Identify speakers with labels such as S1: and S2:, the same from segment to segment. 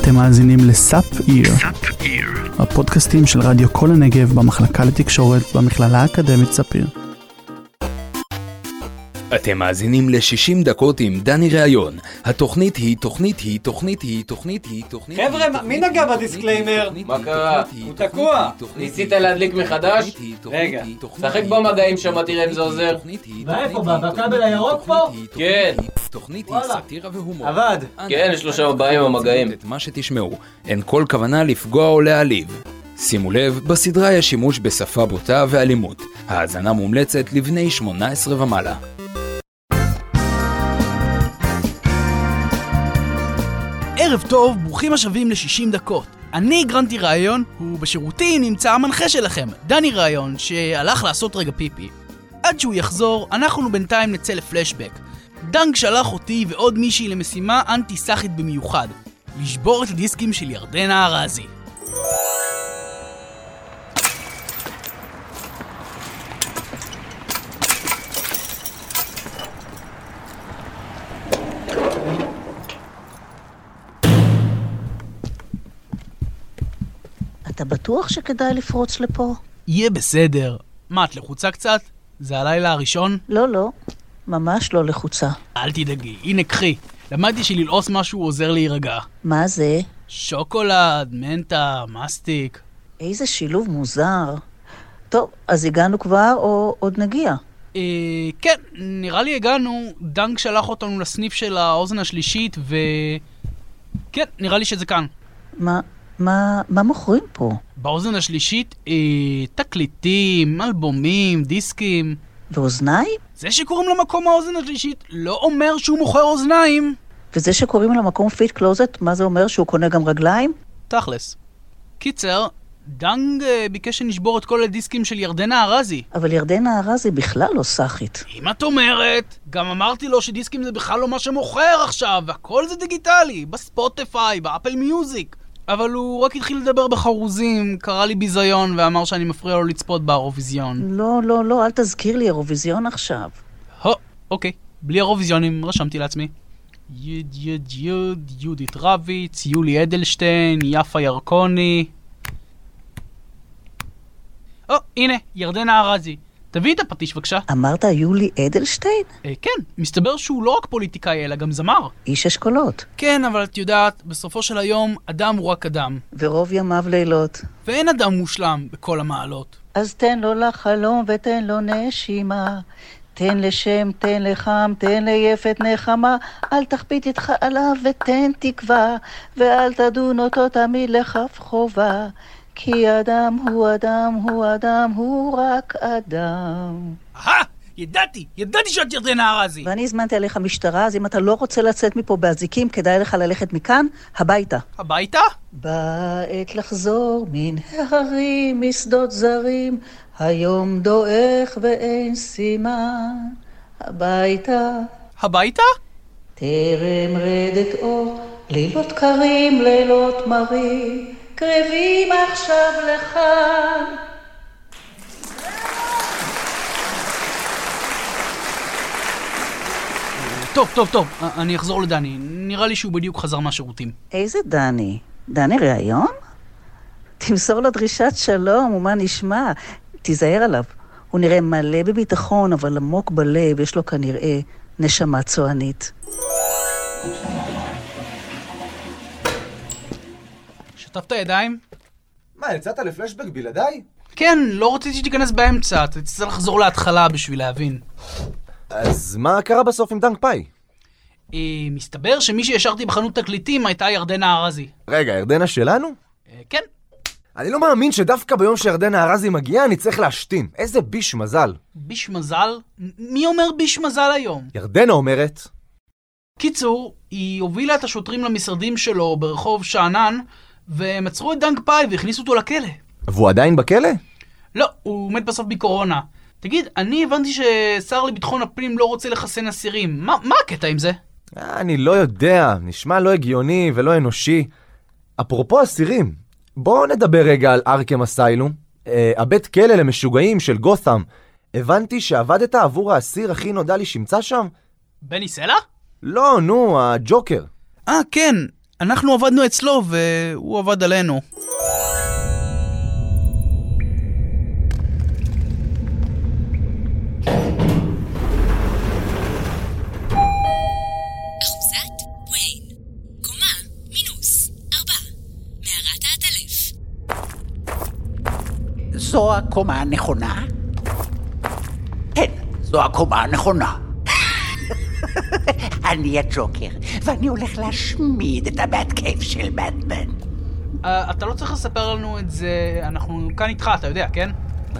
S1: אתם מאזינים לסאפ איר, הפודקאסטים של רדיו כל הנגב במחלקה לתקשורת במכללה האקדמית ספיר.
S2: אתם מאזינים ל-60 דקות עם דני ראיון. התוכנית היא, תוכנית היא, תוכנית היא, תוכנית היא, תוכנית היא,
S3: חבר'ה,
S2: תוכנית
S3: מי
S2: היא,
S3: נגע
S2: תוכנית
S3: בדיסקליימר?
S2: היא, תוכנית
S4: מה
S2: היא,
S4: קרה?
S2: תוכנית היא,
S3: הוא
S2: תוכנית
S3: תקוע.
S2: היא, תוכנית היא,
S4: ניסית
S2: תוכנית
S4: להדליק
S2: היא,
S4: מחדש?
S2: תוכנית היא, תוכנית
S3: רגע.
S2: היא, תוכנית
S4: שחק
S2: היא,
S4: במגעים שם,
S2: תוכנית
S4: תראה אם זה
S2: היא,
S4: עוזר.
S2: תוכנית היא,
S5: מה, איפה,
S2: תוכנית היא,
S5: בכבל
S2: תוכנית
S5: הירוק
S2: היא,
S5: פה?
S2: תוכנית היא,
S4: כן.
S2: תוכנית היא,
S5: וואלה.
S2: סאטירה והומור.
S3: עבד.
S4: כן, יש לו שם בעיה עם המגעים.
S2: את מה שתשמעו, אין כל כוונה לפגוע או להעליב. שימו לב, בסדרה יש שימוש בשפה בוטה ואלימות. האזנה מומלצת לבני 18 ומעלה.
S6: ערב טוב, ברוכים השבים ל-60 דקות. אני גרנטי רעיון, ובשירותי נמצא המנחה שלכם, דני רעיון, שהלך לעשות רגע פיפי. עד שהוא יחזור, אנחנו בינתיים נצא לפלשבק. דנק שלח אותי ועוד מישהי למשימה אנטי-סאחית במיוחד, לשבור את הדיסקים של ירדנה ארזי.
S7: אתה בטוח שכדאי לפרוץ לפה?
S6: יהיה בסדר. מה, את לחוצה קצת? זה הלילה הראשון?
S7: לא, לא. ממש לא לחוצה.
S6: אל תדאגי, הנה קחי. למדתי שללעוס משהו עוזר להירגע.
S7: מה זה?
S6: שוקולד, מנטה, מסטיק.
S7: איזה שילוב מוזר. טוב, אז הגענו כבר או עוד נגיע?
S6: אה, כן, נראה לי הגענו, דנק שלח אותנו לסניף של האוזן השלישית ו... כן, נראה לי שזה כאן.
S7: מה, מה, מה מוכרים פה?
S6: באוזן השלישית, אה, תקליטים, אלבומים, דיסקים.
S7: ואוזניים?
S6: זה שקוראים למקום האוזן השלישית לא אומר שהוא מוכר אוזניים.
S7: וזה שקוראים למקום פיט קלוזט, מה זה אומר שהוא קונה גם רגליים?
S6: תכלס. קיצר, דנג אה, ביקש שנשבור את כל הדיסקים של ירדנה ארזי.
S7: אבל ירדנה ארזי בכלל לא סאחית.
S6: אם את אומרת, גם אמרתי לו שדיסקים זה בכלל לא מה שמוכר עכשיו, והכל זה דיגיטלי, בספוטיפיי, באפל מיוזיק. אבל הוא רק התחיל לדבר בחרוזים, קרא לי ביזיון ואמר שאני מפריע לו לצפות באירוויזיון.
S7: לא, לא, לא, אל תזכיר לי אירוויזיון עכשיו.
S6: הו, אוקיי, בלי אירוויזיונים, רשמתי לעצמי. יוד יוד יוד, יהודית רביץ, יולי אדלשטיין, יפה ירקוני. או, הנה, ירדנה ארזי. תביאי את הפטיש בבקשה.
S7: אמרת יולי אדלשטיין?
S6: אה, כן, מסתבר שהוא לא רק פוליטיקאי, אלא גם זמר.
S7: איש אשכולות.
S6: כן, אבל את יודעת, בסופו של היום, אדם הוא רק אדם,
S7: ורוב ימיו לילות.
S6: ואין אדם מושלם בכל המעלות.
S7: אז תן לו לחלום ותן לו נשימה. תן לשם, תן לחם, תן ליפת נחמה, אל תחבית איתך עליו ותן תקווה, ואל תדון אותו תמיד לכף חובה, כי אדם הוא אדם, הוא אדם, הוא רק אדם.
S6: אהה! ידעתי! ידעתי שאת ירדנה ארזי!
S7: ואני הזמנתי עליך משטרה, אז אם אתה לא רוצה לצאת מפה באזיקים, כדאי לך ללכת מכאן, הביתה.
S6: הביתה?
S7: בעת לחזור מן ההרים, משדות זרים, היום דועך ואין סימן. הביתה,
S6: הביתה?
S7: טרם רדת אור, לילות קרים, לילות מרים, קרבים עכשיו לכאן.
S6: טוב, טוב, טוב, א- אני אחזור לדני. נראה לי שהוא בדיוק חזר מהשירותים.
S7: איזה דני? דני ראיון? תמסור לו דרישת שלום, ומה נשמע? תיזהר עליו. הוא נראה מלא בביטחון, אבל עמוק בלב יש לו כנראה נשמה צוענית.
S6: שטפת ידיים?
S5: מה, יצאת לפלשבק בלעדיי?
S6: כן, לא רציתי שתיכנס באמצע, אתה תצטרך לחזור להתחלה בשביל להבין.
S5: אז מה קרה בסוף עם דנק פאי?
S6: אה, מסתבר שמי שהשארתי בחנות תקליטים הייתה ירדנה ארזי.
S5: רגע, ירדנה שלנו?
S6: אה, כן,
S5: אני לא מאמין שדווקא ביום שירדנה ארזי מגיעה אני צריך להשתין. איזה ביש מזל.
S6: ביש מזל? מ- מי אומר ביש מזל היום?
S5: ירדנה אומרת,
S6: קיצור, היא הובילה את השוטרים למשרדים שלו ברחוב שאנן, והם עצרו את דנק פאי והכניסו אותו לכלא.
S5: והוא עדיין בכלא?
S6: לא, הוא מת בסוף מקורונה. תגיד, אני הבנתי ששר לביטחון הפנים לא רוצה לחסן אסירים. מה, מה הקטע עם זה?
S5: אה, אני לא יודע, נשמע לא הגיוני ולא אנושי. אפרופו אסירים, בואו נדבר רגע על ארקם אסיילום, אה, הבית כלא למשוגעים של גות'אם. הבנתי שעבדת עבור האסיר הכי נודע לי שימצא שם?
S6: בני סלע?
S5: לא, נו, הג'וקר.
S6: אה, כן.
S8: אנחנו עבדנו אצלו והוא עבד עלינו.
S3: אחוזת וויין. קומה מינוס ארבע. מערת האטלף.
S9: זו הקומה הנכונה? כן, זו הקומה הנכונה. אני הג'וקר, ואני הולך להשמיד את הבאט קייב של באטמן.
S8: אה, אתה לא צריך לספר לנו את זה, אנחנו כאן איתך, אתה יודע, כן?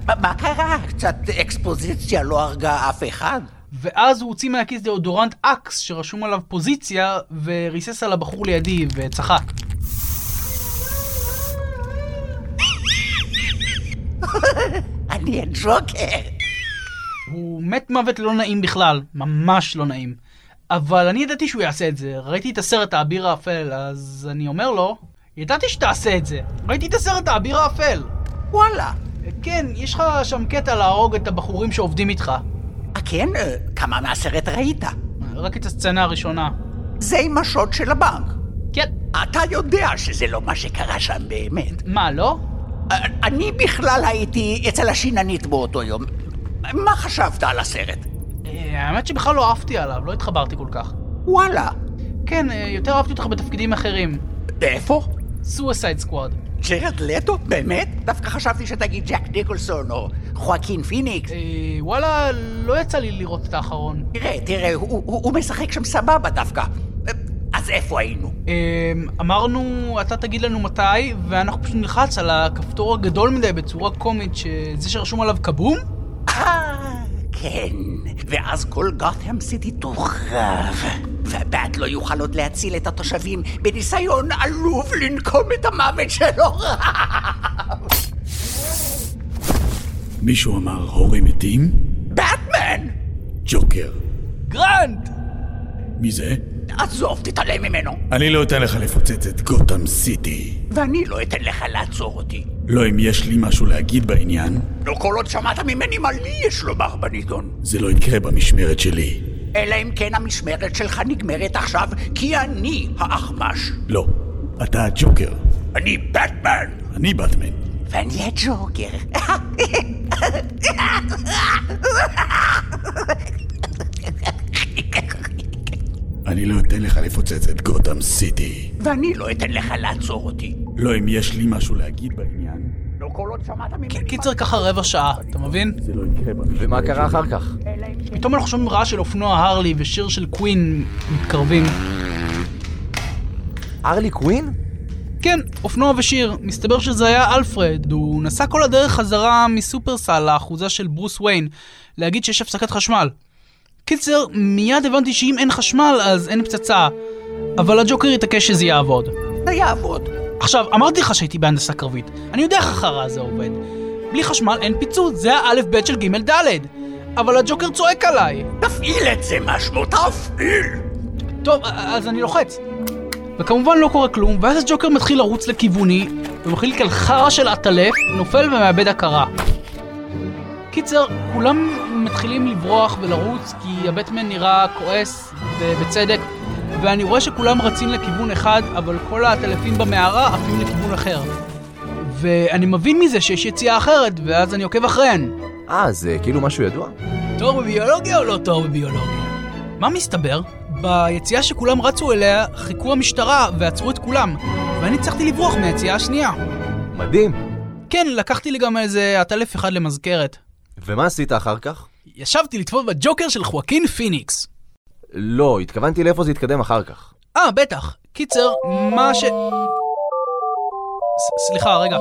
S9: מה- מה קרה? קצת אקספוזיציה לא הרגה אף אחד?
S8: ואז הוא הוציא מהכיס דאודורנט אקס שרשום עליו פוזיציה, וריסס על הבחור לידי וצחק.
S9: אני הג'וקר.
S8: הוא מת מוות לא נעים בכלל, ממש לא נעים. אבל אני ידעתי שהוא יעשה את זה, ראיתי את הסרט האביר האפל, אז אני אומר לו, ידעתי שתעשה את זה, ראיתי את הסרט האביר האפל.
S9: וואלה.
S8: כן, יש לך שם קטע להרוג את הבחורים שעובדים איתך.
S9: אה, כן? אה, כמה מהסרט ראית?
S8: רק את הסצנה הראשונה.
S9: זה עם השוד של הבנק.
S8: כן.
S9: אתה יודע שזה לא מה שקרה שם באמת.
S8: מה, לא?
S9: אה, אני בכלל הייתי אצל השיננית באותו יום. מה חשבת על הסרט?
S8: אה, האמת שבכלל לא עפתי עליו, לא התחברתי כל כך.
S9: וואלה.
S8: כן, אה, יותר אהבתי אותך בתפקידים אחרים.
S9: איפה?
S8: סויסייד סקוואד.
S9: ג'רד לטו? באמת? דווקא חשבתי שתגיד ג'ק ניקולסון או חואקין פיניקס.
S8: אה, וואלה, לא יצא לי לראות את האחרון.
S9: תראה, תראה, הוא, הוא, הוא משחק שם סבבה דווקא. אז איפה היינו?
S8: אה, אמרנו, אתה תגיד לנו מתי, ואנחנו פשוט נלחץ על הכפתור הגדול מדי בצורה קומית, שזה שרשום עליו כבום?
S9: אה, כן. ואז כל גות'ם סיטי תוחרב. והבעט לא יוכל עוד להציל את התושבים בניסיון עלוב לנקום את המוות שלו.
S10: מישהו אמר הורים מתים?
S9: באטמן!
S10: ג'וקר.
S8: גרנט!
S10: מי זה?
S9: עזוב, תתעלם ממנו.
S10: אני לא אתן לך לפוצץ את גותם סיטי.
S9: ואני לא אתן לך לעצור אותי.
S10: לא אם יש לי משהו להגיד בעניין,
S9: לא כל עוד שמעת ממני מה לי יש לומר בנידון.
S10: זה לא יקרה במשמרת שלי.
S9: אלא אם כן המשמרת שלך נגמרת עכשיו, כי אני האחמש.
S10: לא. אתה הג'וקר.
S9: אני באטמן!
S10: אני באטמן.
S9: ואני הג'וקר.
S10: אני לא אתן לך לפוצץ את גותם סיטי.
S9: ואני לא אתן לך לעצור אותי.
S10: לא אם יש לי משהו להגיד בעניין,
S9: לא כל עוד שמעת ממני...
S8: קיצר ככה רבע שעה, אתה מבין?
S10: זה לא יקרה במשמרת
S5: ומה קרה אחר כך?
S8: פתאום אנחנו שומעים רעש של אופנוע הרלי ושיר של קווין מתקרבים.
S5: ארלי קווין?
S8: כן, אופנוע ושיר. מסתבר שזה היה אלפרד. הוא נסע כל הדרך חזרה מסופרסל לאחוזה של ברוס וויין, להגיד שיש הפסקת חשמל. קיצר, מיד הבנתי שאם אין חשמל אז אין פצצה. אבל הג'וקר התעקש שזה יעבוד.
S9: זה יעבוד.
S8: עכשיו, אמרתי לך שהייתי בהנדסה קרבית. אני יודע איך החרא הזה עובד. בלי חשמל אין פיצוץ, זה האלף בית של ג' ד'. אבל הג'וקר צועק עליי.
S9: תפעיל את זה, משמו, תפעיל!
S8: טוב, אז אני לוחץ. וכמובן לא קורה כלום, ואז הג'וקר מתחיל לרוץ לכיווני, ומתחיל לקל חרא של עטלף, נופל ומאבד הכרה. קיצר, כולם מתחילים לברוח ולרוץ, כי הבטמן נראה כועס, ובצדק, ואני רואה שכולם רצים לכיוון אחד, אבל כל העטלפים במערה עפים לכיוון אחר. ואני מבין מזה שיש יציאה אחרת, ואז אני עוקב אחריהן.
S5: אה, זה כאילו משהו ידוע?
S8: תואר בביולוגיה או לא תואר בביולוגיה? מה מסתבר? ביציאה שכולם רצו אליה, חיכו המשטרה ועצרו את כולם, ואני הצלחתי לברוח מהיציאה השנייה.
S5: מדהים.
S8: כן, לקחתי לי גם איזה עטלף אחד למזכרת.
S5: ומה עשית אחר כך?
S8: ישבתי לטפות בג'וקר של חואקין פיניקס.
S5: לא, התכוונתי לאיפה זה התקדם אחר כך.
S8: אה, בטח. קיצר, מה ש... ס- סליחה, רגע.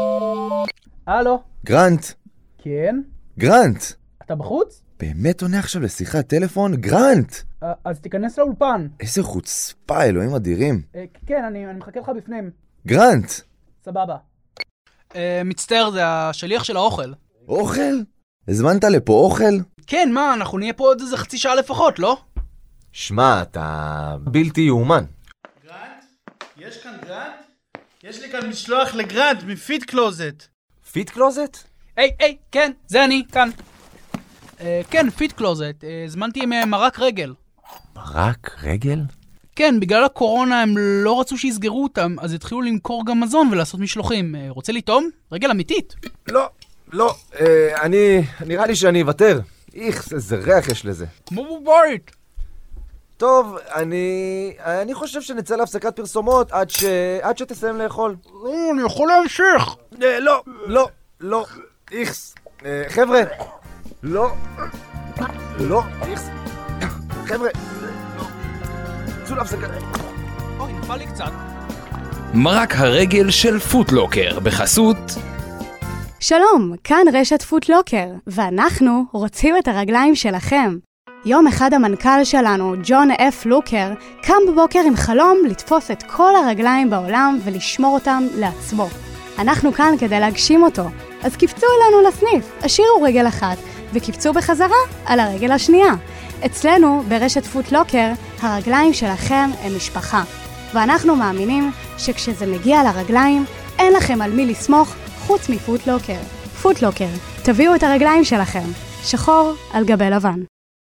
S8: הלו?
S11: גרנט,
S8: כן?
S11: גרנט,
S8: אתה בחוץ? אה,
S11: באמת עונה עכשיו לשיחת טלפון? גרנט!
S8: אז תיכנס לאולפן.
S11: איזה חוצפה, אלוהים אדירים.
S8: כן, אני מחכה לך בפנים.
S11: גרנט!
S8: סבבה. אה, מצטער, זה השליח של האוכל.
S11: אוכל? הזמנת לפה אוכל?
S8: כן, מה, אנחנו נהיה פה עוד איזה חצי שעה לפחות, לא?
S5: שמע, אתה בלתי יאומן.
S12: יש כאן גרנט? יש לי כאן משלוח לגרנט מפיט קלוזט.
S5: פיט קלוזט?
S8: היי, היי, כן, זה אני, כאן. אה, כן, פיט קלוזט, אה, הזמנתי מהם מרק רגל.
S5: מרק? רגל?
S8: כן, בגלל הקורונה הם לא רצו שיסגרו אותם, אז התחילו למכור גם מזון ולעשות משלוחים. אה, רוצה לטעום? רגל אמיתית.
S5: לא, לא, אה, אני... נראה לי שאני אוותר. איכס, איזה ריח יש לזה.
S8: כמו בבית.
S5: טוב, אני... אני חושב שנצא להפסקת פרסומות עד ש... עד שתסיים לאכול.
S8: אני יכול להמשיך.
S5: לא, לא, לא, איכס. אה, חבר'ה, לא, לא, איכס. חבר'ה, לא. צאו להפסקה.
S8: אוי, נפל לי קצת.
S2: מרק הרגל של פוטלוקר בחסות
S13: שלום, כאן רשת פוטלוקר, ואנחנו רוצים את הרגליים שלכם. יום אחד המנכ"ל שלנו, ג'ון אף לוקר, קם בבוקר עם חלום לתפוס את כל הרגליים בעולם ולשמור אותם לעצמו. אנחנו כאן כדי להגשים אותו, אז קפצו אלינו לסניף, השאירו רגל אחת, וקפצו בחזרה על הרגל השנייה. אצלנו, ברשת פוטלוקר, הרגליים שלכם הם משפחה. ואנחנו מאמינים שכשזה מגיע לרגליים, אין לכם על מי לסמוך חוץ מפוטלוקר. פוטלוקר, תביאו את הרגליים שלכם, שחור על גבי לבן.